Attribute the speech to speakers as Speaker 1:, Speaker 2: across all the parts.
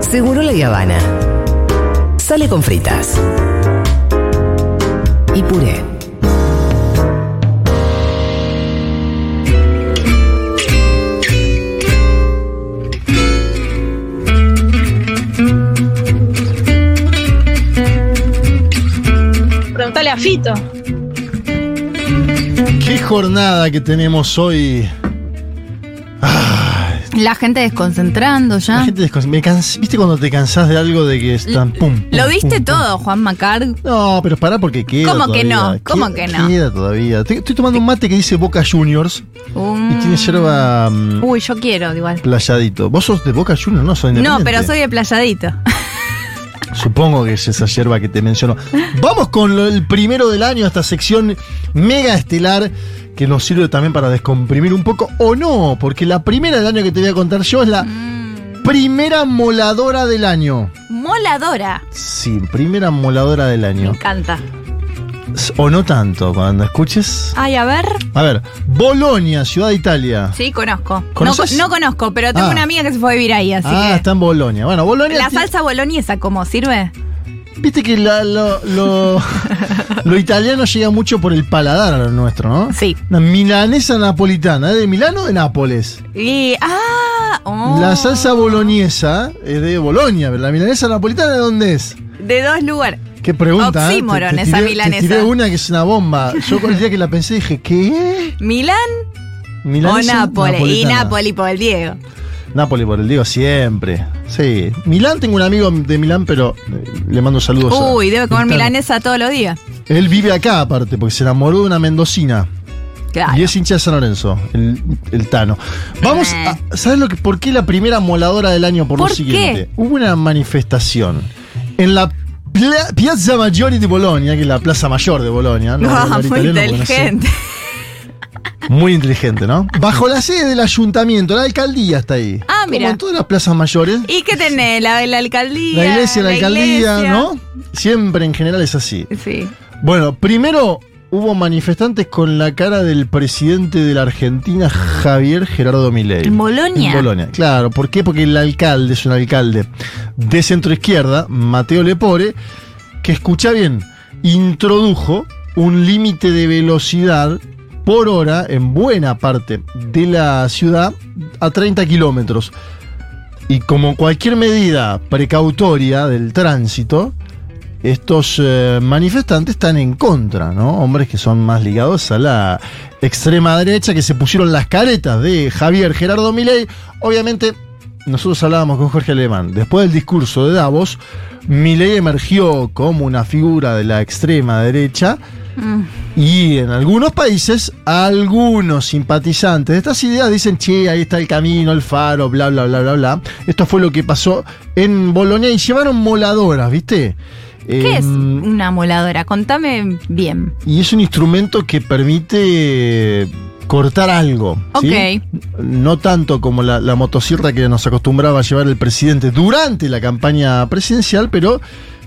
Speaker 1: Seguro la Habana. Sale con fritas. Y puré.
Speaker 2: Preguntale a Fito.
Speaker 3: Qué jornada que tenemos hoy.
Speaker 4: La gente desconcentrando ya.
Speaker 3: La gente descon- me cans- ¿Viste cuando te cansás de algo de que es tan pum? pum,
Speaker 4: Lo viste
Speaker 3: pum, pum?
Speaker 4: todo, Juan Macar.
Speaker 3: No, pero pará porque queda.
Speaker 4: ¿Cómo que
Speaker 3: todavía.
Speaker 4: no? ¿Cómo
Speaker 3: Queda-
Speaker 4: que no?
Speaker 3: Queda todavía. Te- Estoy tomando un mate que dice Boca Juniors y tiene yerba mm,
Speaker 4: Uy, yo quiero igual.
Speaker 3: playadito. ¿Vos sos de Boca Juniors? No, soy
Speaker 4: No,
Speaker 3: independiente.
Speaker 4: pero soy de playadito.
Speaker 3: Supongo que es esa yerba que te menciono. Vamos con lo- el primero del año, esta sección mega estelar que nos sirve también para descomprimir un poco, o no, porque la primera del año que te voy a contar yo es la primera moladora del año.
Speaker 4: Moladora.
Speaker 3: Sí, primera moladora del
Speaker 4: Me
Speaker 3: año.
Speaker 4: encanta.
Speaker 3: O no tanto, cuando escuches.
Speaker 4: Ay, a ver.
Speaker 3: A ver, Bolonia, ciudad de Italia.
Speaker 4: Sí, conozco. No,
Speaker 3: ¿Conoces?
Speaker 4: no conozco, pero tengo
Speaker 3: Ah.
Speaker 4: una amiga que se fue a vivir ahí, así
Speaker 3: ah,
Speaker 4: que.
Speaker 3: está en Bolonia. Bueno, Bolonia.
Speaker 4: La
Speaker 3: tiene-
Speaker 4: salsa boloñesa, ¿cómo sirve?
Speaker 3: Viste que la- lo, lo- lo italiano llega mucho por el paladar a lo nuestro, ¿no?
Speaker 4: Sí.
Speaker 3: Una milanesa napolitana, ¿es de Milano o de Nápoles?
Speaker 4: Y. ¡Ah! oh.
Speaker 3: La salsa boloñesa es de Bolonia, pero la milanesa napolitana ¿de dónde es?
Speaker 4: De dos lugares.
Speaker 3: Qué pregunta. ¿eh?
Speaker 4: Oxímoron
Speaker 3: Te- te
Speaker 4: esa
Speaker 3: tiré-
Speaker 4: milanesa.
Speaker 3: Te tiré una que es una bomba. Yo el día que la pensé dije, ¿qué?
Speaker 4: Milán o Nápoles. Y
Speaker 3: napolitana.
Speaker 4: Nápoli por el Diego.
Speaker 3: Nápoles por el digo siempre. Sí. Milán, tengo un amigo de Milán, pero eh, le mando saludos. a-
Speaker 4: Uy, debe comer
Speaker 3: Interno.
Speaker 4: milanesa todos los días.
Speaker 3: Él vive acá, aparte, porque se enamoró de una mendocina.
Speaker 4: Claro.
Speaker 3: Y es hincha de San Lorenzo, el, el Tano. Vamos
Speaker 4: Eh.
Speaker 3: a. ¿Sabes lo que, por qué la primera moladora del año? Por, lo
Speaker 4: ¿Por
Speaker 3: siguiente. Hubo una manifestación en la pla- Piazza Maggiore de Bolonia, que es la Plaza Mayor de Bolonia. No,
Speaker 4: No,
Speaker 3: Hablar
Speaker 4: Ah, muy
Speaker 3: italiano porque no sé.
Speaker 4: inteligente.
Speaker 3: Muy inteligente, ¿no? Bajo la sede del ayuntamiento, la alcaldía está ahí.
Speaker 4: Ah,
Speaker 3: Como
Speaker 4: mira.
Speaker 3: en todas las plazas mayores.
Speaker 4: ¿Y qué tenés? La, la alcaldía.
Speaker 3: La iglesia, la, alcaldía,
Speaker 4: iglesia.
Speaker 3: ¿no? Siempre en general es así.
Speaker 4: Sí.
Speaker 3: Bueno, primero hubo manifestantes con la cara del presidente de la Argentina, Javier Gerardo Milei.
Speaker 4: ¿En Bolonia?
Speaker 3: En Bolonia, claro. ¿Por qué? Porque el alcalde es un alcalde de centro izquierda, Mateo Lepore, que escucha bien, introdujo un límite de velocidad por hora en buena parte de la ciudad a 30 kilómetros. Y como cualquier medida precautoria del tránsito, estos eh, manifestantes están en contra, ¿no? Hombres que son más ligados a la extrema derecha, que se pusieron las caretas de Javier Gerardo Milei. Obviamente, nosotros hablábamos con Jorge Alemán. Después del discurso de Davos, Milei emergió como una figura de la extrema derecha.
Speaker 4: Mm.
Speaker 3: Y en algunos países, algunos simpatizantes de estas ideas dicen, che, ahí está el camino, el faro, bla, bla, bla, bla, bla. Esto fue lo que pasó en Bolonia y llevaron moladoras, ¿viste?
Speaker 4: ¿Qué es
Speaker 3: Em,
Speaker 4: una moladora? Contame bien.
Speaker 3: Y es un instrumento que permite cortar algo. ¿sí?
Speaker 4: Ok.
Speaker 3: No tanto como la, la motosierra que nos acostumbraba a llevar el presidente durante la campaña presidencial, pero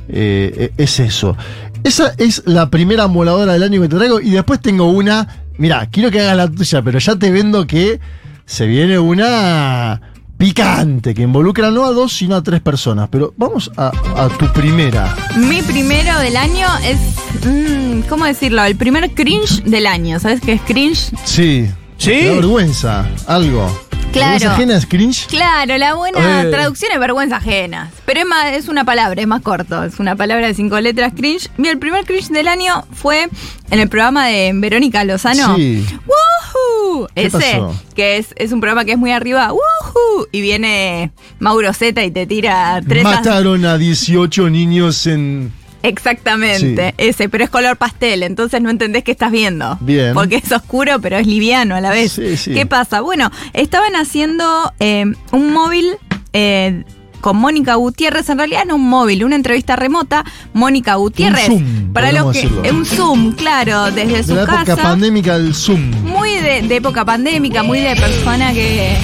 Speaker 3: eh, e- es eso. Esa es la primera moladora del año que te traigo y después tengo una... Mirá, quiero que hagas la tuya, pero ya te vendo que se viene una picante que involucra no a dos, sino a tres personas. Pero vamos a, a tu primera.
Speaker 4: Mi primero del año es. mm, ¿Cómo decirlo? El primer cringe del año. ¿Sabes qué es cringe?
Speaker 3: Sí.
Speaker 5: ¿Sí?
Speaker 3: Me da vergüenza, algo.
Speaker 4: Claro.
Speaker 3: ¿Vergüenza ajena es cringe?
Speaker 4: Claro, la buena
Speaker 5: Eh.
Speaker 4: traducción es vergüenza ajena. Pero es, más, es una palabra, es más corto. Es una palabra de cinco letras, cringe. Mira, el primer cringe del año fue en el programa de Verónica Lozano.
Speaker 3: Sí.
Speaker 4: ¡Woohoo!
Speaker 3: ¿Qué
Speaker 4: Ese,
Speaker 3: pasó?
Speaker 4: que es, es un programa que es muy arriba. ¡Woohoo! Y viene Mauro Zeta y te tira tres.
Speaker 3: Mataron a 18 niños en.
Speaker 4: Exactamente, ese, pero es color pastel, entonces no entendés qué estás viendo.
Speaker 3: Bien.
Speaker 4: Porque es oscuro, pero es liviano a la vez.
Speaker 3: Sí, sí.
Speaker 4: ¿Qué pasa? Bueno, estaban haciendo eh, un móvil eh, con Mónica Gutiérrez, en realidad no un móvil, una entrevista remota. Mónica Gutiérrez.
Speaker 3: Zoom,
Speaker 4: para los
Speaker 3: podemos
Speaker 4: que.
Speaker 3: decirlo.
Speaker 4: eh, Un Zoom, claro, desde
Speaker 3: De
Speaker 4: su
Speaker 3: la época
Speaker 4: casa.
Speaker 3: pandémica del Zoom.
Speaker 4: muy de, de época pandémica, muy de persona que.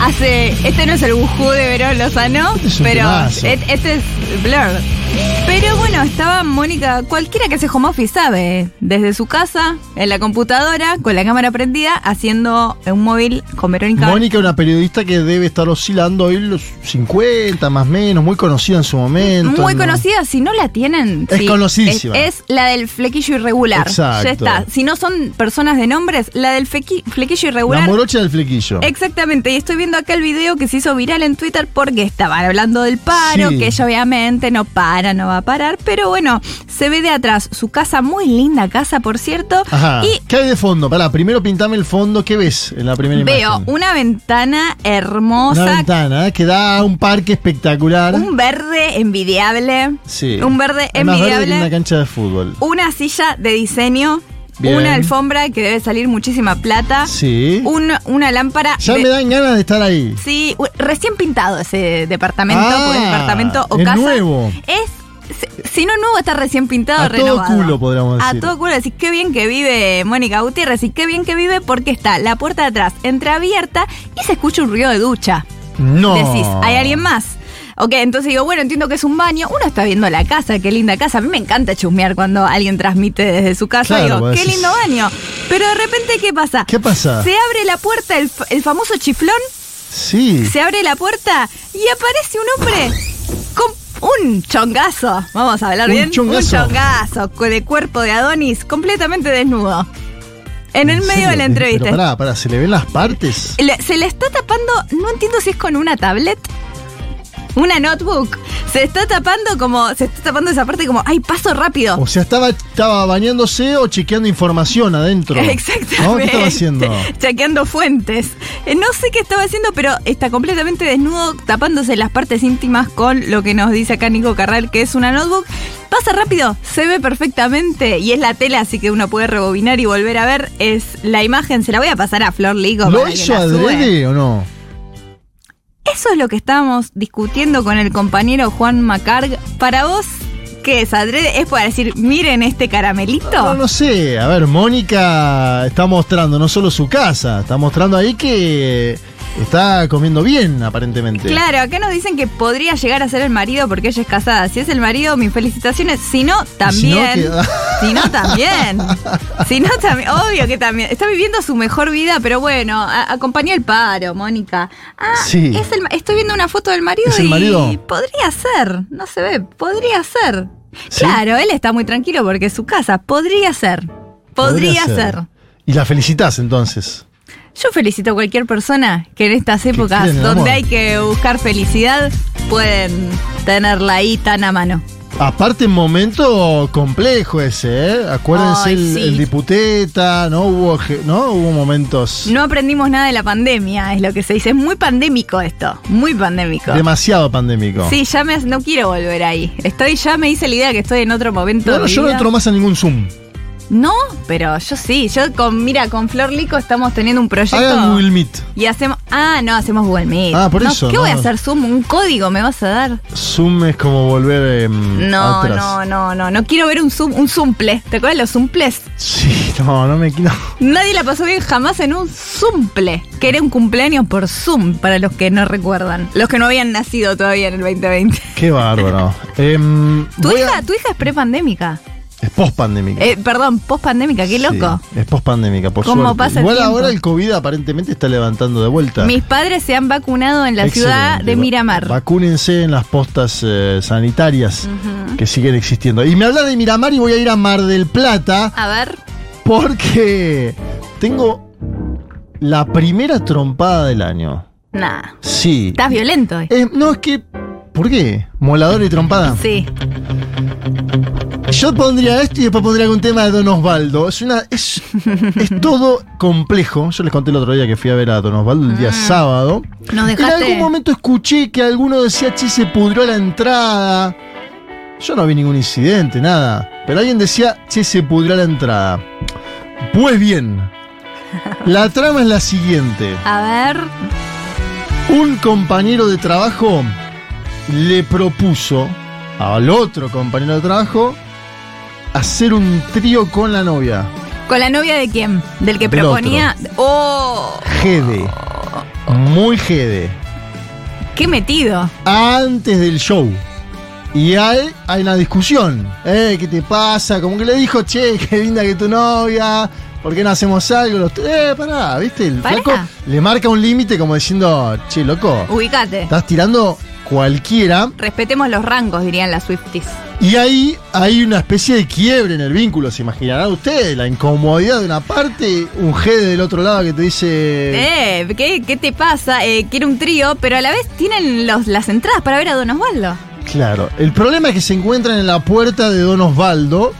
Speaker 4: Hace, este no es el bujú de Verón Lozano,
Speaker 3: Este es un
Speaker 4: pero
Speaker 3: temazo.
Speaker 4: et- este es Blur. Pero bueno, estaba Mónica, cualquiera que hace home office sabe, desde su casa, en la computadora, con la cámara prendida, haciendo un móvil con Verónica.
Speaker 3: Mónica, una periodista que debe estar oscilando hoy los 50, más o menos, muy conocida en su momento.
Speaker 4: Muy
Speaker 3: ¿no?
Speaker 4: conocida, si no la tienen.
Speaker 3: Es
Speaker 4: sí,
Speaker 3: conocidísima.
Speaker 4: Es, es la del flequillo irregular.
Speaker 3: Exacto.
Speaker 4: Ya está. Si no son personas de nombres, la del fequi- flequillo
Speaker 3: La
Speaker 4: irregular.
Speaker 3: morocha del flequillo.
Speaker 4: Exactamente, y estoy viendo acá el video que se hizo viral en Twitter porque estaban hablando del paro,
Speaker 3: Sí.
Speaker 4: que ella obviamente no para, no va a parar, pero bueno, se ve de atrás su casa, muy linda casa, por cierto,
Speaker 3: Ajá.
Speaker 4: y
Speaker 3: ¿Qué hay de fondo? Pará, primero pintame el fondo. ¿Qué ves en la primera
Speaker 4: veo
Speaker 3: imagen?
Speaker 4: una ventana hermosa,
Speaker 3: Una ventana ¿eh? que da a un parque espectacular.
Speaker 4: un verde envidiable,
Speaker 3: sí.
Speaker 4: un verde
Speaker 3: Es más verde que una
Speaker 4: envidiable,
Speaker 3: cancha de fútbol.
Speaker 4: una silla de diseño,
Speaker 3: Bien.
Speaker 4: una alfombra que debe salir muchísima plata,
Speaker 3: Sí.
Speaker 4: un- una lámpara...
Speaker 3: Ya
Speaker 4: de-
Speaker 3: me dan ganas de estar ahí.
Speaker 4: Sí, u- recién pintado ese departamento,
Speaker 3: Ah,
Speaker 4: porque es departamento o
Speaker 3: es
Speaker 4: casa.
Speaker 3: nuevo.
Speaker 4: Es, si- si no nuevo, está recién pintado,
Speaker 3: A todo
Speaker 4: renovado.
Speaker 3: culo, podríamos decir.
Speaker 4: A todo culo, decís qué bien que vive Mónica Gutiérrez y qué bien que vive porque está la puerta de atrás entreabierta y se escucha un ruido de ducha.
Speaker 3: No.
Speaker 4: Decís, ¿hay alguien más? Ok, entonces digo, bueno, entiendo que es un baño. Uno está viendo la casa, qué linda casa. A mí me encanta chusmear cuando alguien transmite desde su casa.
Speaker 3: Claro,
Speaker 4: digo,
Speaker 3: vos
Speaker 4: qué
Speaker 3: decís-
Speaker 4: lindo baño. Pero de repente, ¿qué pasa?
Speaker 3: ¿Qué pasa?
Speaker 4: Se abre la puerta, el fa- el famoso chiflón.
Speaker 3: Sí.
Speaker 4: Se abre la puerta y aparece un hombre con un chongazo. Vamos a hablar
Speaker 3: Un
Speaker 4: bien.
Speaker 3: chongazo.
Speaker 4: Un chongazo co- de cuerpo de Adonis, completamente desnudo. En el
Speaker 3: ¿En
Speaker 4: medio
Speaker 3: serio?
Speaker 4: de la
Speaker 3: Pero
Speaker 4: entrevista.
Speaker 3: pará, pará, ¿se le ven las partes?
Speaker 4: Le- se le está tapando, no entiendo si es con una tablet. Una notebook. Se está tapando como. Se está tapando esa parte como. ¡Ay, paso rápido!
Speaker 3: O sea, estaba, estaba bañándose o chequeando información adentro.
Speaker 4: Exactamente.
Speaker 3: ¿No? Ah, ¿Qué estaba haciendo?
Speaker 4: Chequeando fuentes. Eh, No sé qué estaba haciendo, pero está completamente desnudo, tapándose las partes íntimas con lo que nos dice acá Nico Carral, que es una notebook. Pasa rápido, se ve perfectamente y es la tela, así que uno puede rebobinar y volver a ver. Es la imagen, se la voy a pasar a Flor Ligo.
Speaker 3: ¿Lo
Speaker 4: para que
Speaker 3: hizo
Speaker 4: la sube.
Speaker 3: adrede o no?
Speaker 4: Eso es lo que estábamos discutiendo con el compañero Juan Macarg. Para vos, ¿qué es adrede? ¿Es para decir, miren este caramelito?
Speaker 3: No, no sé. A ver, Mónica está mostrando no solo su casa, está mostrando ahí que está comiendo bien, aparentemente.
Speaker 4: Claro, acá nos dicen que podría llegar a ser el marido porque ella es casada. Si es el marido, mis felicitaciones. Si no, también.
Speaker 3: que-
Speaker 4: Si no, también. Si no, también. Obvio que también. Está viviendo su mejor vida, pero bueno, a- acompañó el paro, Mónica. Ah,
Speaker 3: Sí.
Speaker 4: es el ma- estoy viendo una foto del marido
Speaker 3: ¿Es el
Speaker 4: y
Speaker 3: marido?
Speaker 4: podría ser. No se ve, podría ser.
Speaker 3: ¿Sí?
Speaker 4: Claro, él está muy tranquilo porque es su casa. Podría ser. Podría, ser.
Speaker 3: Y la felicitas entonces.
Speaker 4: Yo felicito a cualquier persona que en estas épocas
Speaker 3: quieren el amor.
Speaker 4: donde hay que buscar felicidad pueden tenerla ahí tan a mano.
Speaker 3: Aparte, un momento complejo ese, ¿eh? Acuérdense
Speaker 4: Ay,
Speaker 3: el,
Speaker 4: sí.
Speaker 3: el diputeta, ¿no? Hubo, ge- ¿no? Hubo momentos
Speaker 4: No aprendimos nada de la pandemia, es lo que se dice. Es muy pandémico esto, muy pandémico.
Speaker 3: demasiado pandémicos.
Speaker 4: Sí, ya me, no quiero volver ahí. Estoy, ya me hice la idea que estoy en otro momento.
Speaker 3: Claro,
Speaker 4: de mi
Speaker 3: yo no
Speaker 4: vida.
Speaker 3: entro más a ningún Zoom.
Speaker 4: No, pero yo sí. Yo con, mira, con Flor Lico estamos teniendo un proyecto.
Speaker 3: Hagan Google Meet.
Speaker 4: Y hacemos. Ah, no, hacemos Google Meet.
Speaker 3: Ah, por
Speaker 4: No,
Speaker 3: eso,
Speaker 4: ¿Qué voy a
Speaker 3: no.
Speaker 4: hacer? Zoom, un código me vas a dar.
Speaker 3: Zoom es como volver em,
Speaker 4: No,
Speaker 3: atrás.
Speaker 4: no, no, no. No quiero ver un zoom, un zumple. ¿Te acuerdas los zumples?
Speaker 3: Sí, no, no me no.
Speaker 4: Nadie la pasó bien jamás en un zumple, que era un cumpleaños por Zoom, para los que no recuerdan. Los que no habían nacido todavía en el 2020.
Speaker 3: Qué bárbaro. Em,
Speaker 4: Tu
Speaker 3: voy a-
Speaker 4: hija, tu hija es prepandémica.
Speaker 3: Es post-pandémica.
Speaker 4: Eh, perdón, pospandémica, qué loco.
Speaker 3: Sí, es post-pandémica, por
Speaker 4: ¿Cómo
Speaker 3: suerte.
Speaker 4: pasa el
Speaker 3: Igual
Speaker 4: tiempo?
Speaker 3: ahora el COVID aparentemente está levantando de vuelta.
Speaker 4: Mis padres se han vacunado en la ciudad
Speaker 3: Excelente.
Speaker 4: de Miramar.
Speaker 3: Vacúnense en las postas eh, sanitarias que siguen existiendo. Y me habla de Miramar y voy a ir a Mar del Plata
Speaker 4: a ver,
Speaker 3: porque tengo la primera trompada del año.
Speaker 4: nada.
Speaker 3: Sí.
Speaker 4: Estás violento hoy.
Speaker 3: Eh, no, es que. ¿Por qué? ¿Molador y trompada?
Speaker 4: Sí.
Speaker 3: Yo pondría esto y después pondría algún tema de Don Osvaldo. Es una. Es, es todo complejo. Yo les conté el otro día que fui a ver a Don Osvaldo el día sábado.
Speaker 4: Mm. Nos
Speaker 3: En algún
Speaker 4: dejaste.
Speaker 3: momento escuché que alguno decía, che, se pudrió la entrada. Yo no vi ningún incidente, nada. Pero alguien decía, che, se pudrió la entrada. Pues bien, la trama es la siguiente.
Speaker 4: A ver.
Speaker 3: Un compañero de trabajo le propuso al otro compañero de trabajo hacer un trío con la novia,
Speaker 4: ¿Con la novia de quién? ¿Del que
Speaker 3: Del otro.
Speaker 4: proponía? ¡Oh!
Speaker 3: Gede. Muy Gede.
Speaker 4: ¡Qué metido!
Speaker 3: Antes del show. Y hay, hay una discusión. ¿eh? ¿Qué te pasa? Como que le dijo, che, qué linda que tu novia. ¿Por qué no hacemos algo? Los- eh, pará, ¿viste? El
Speaker 4: Pará.
Speaker 3: flaco le marca un límite como diciendo, che, loco,
Speaker 4: Ubicate.
Speaker 3: estás tirando cualquiera.
Speaker 4: Respetemos los rangos, dirían las Swifties.
Speaker 3: Y ahí hay una especie de quiebre en el vínculo, se imaginarán ustedes. La incomodidad de una parte, un jefe del otro lado que te dice.
Speaker 4: Eh, ¿qué, qué te pasa? Eh, quiero un trío, pero a la vez tienen los, las entradas para ver a Don Osvaldo.
Speaker 3: Claro, el problema es que se encuentran en la puerta de Don Osvaldo.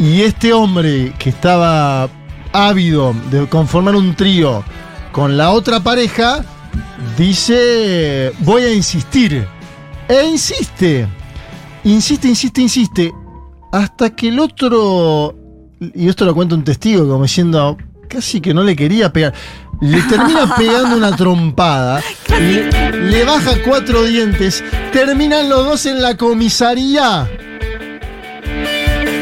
Speaker 3: Y este hombre que estaba ávido de conformar un trío con la otra pareja, dice, voy a insistir. E insiste, insiste, insiste, insiste. Hasta que el otro, y esto lo cuenta un testigo, como diciendo, casi que no le quería pegar. Le termina pegando una trompada, le, le baja cuatro dientes, terminan los dos en la comisaría.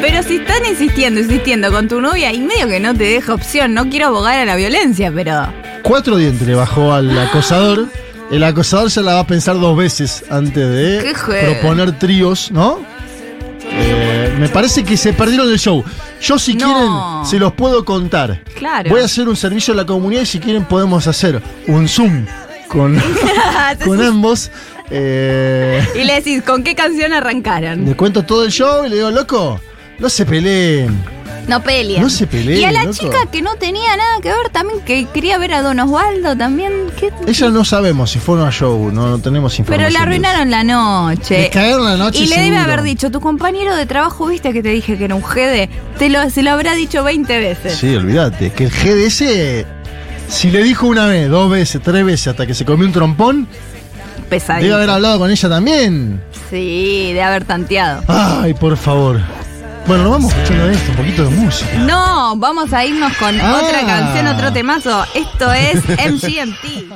Speaker 4: Pero si están insistiendo, insistiendo con tu novia, y medio que no te deja opción, no quiero abogar a la violencia, pero.
Speaker 3: Cuatro dientes le bajó al acosador. El acosador se la va a pensar dos veces antes de
Speaker 4: Qué jueves.
Speaker 3: proponer tríos, ¿no? Eh, me parece que se perdieron el show. Yo si
Speaker 4: No.
Speaker 3: quieren se los puedo contar.
Speaker 4: Claro.
Speaker 3: Voy a hacer un servicio a la comunidad y si quieren podemos hacer un zoom con, con ambos. Eh,
Speaker 4: Ah, y le decís, ¿con qué canción arrancaron?
Speaker 3: le cuento todo el show y le digo, loco, no se peleen.
Speaker 4: No pelean.
Speaker 3: No se peleen,
Speaker 4: Y a la
Speaker 3: loco.
Speaker 4: chica que no tenía nada que ver también, que quería ver a Don Osvaldo también. ¿qué?
Speaker 3: Ella no sabemos si fueron a show, no, no tenemos información.
Speaker 4: Pero le arruinaron la noche.
Speaker 3: Le cagaron la noche.
Speaker 4: Y le debe
Speaker 3: seguro.
Speaker 4: haber dicho, tu compañero de trabajo, viste que te dije que era un GD, te lo, se lo habrá dicho 20 veces.
Speaker 3: Sí, olvídate. Que el GDS, si le dijo una vez, dos veces, tres veces, hasta que se comió un trompón, debe
Speaker 4: Pesadilla.
Speaker 3: haber hablado con ella también.
Speaker 4: Sí, de haber tanteado.
Speaker 3: Ay, por favor. Bueno, nos vamos escuchando esto, un poquito de música.
Speaker 4: No, vamos a irnos con
Speaker 3: Ah.
Speaker 4: otra canción, otro temazo. Esto es MGMT.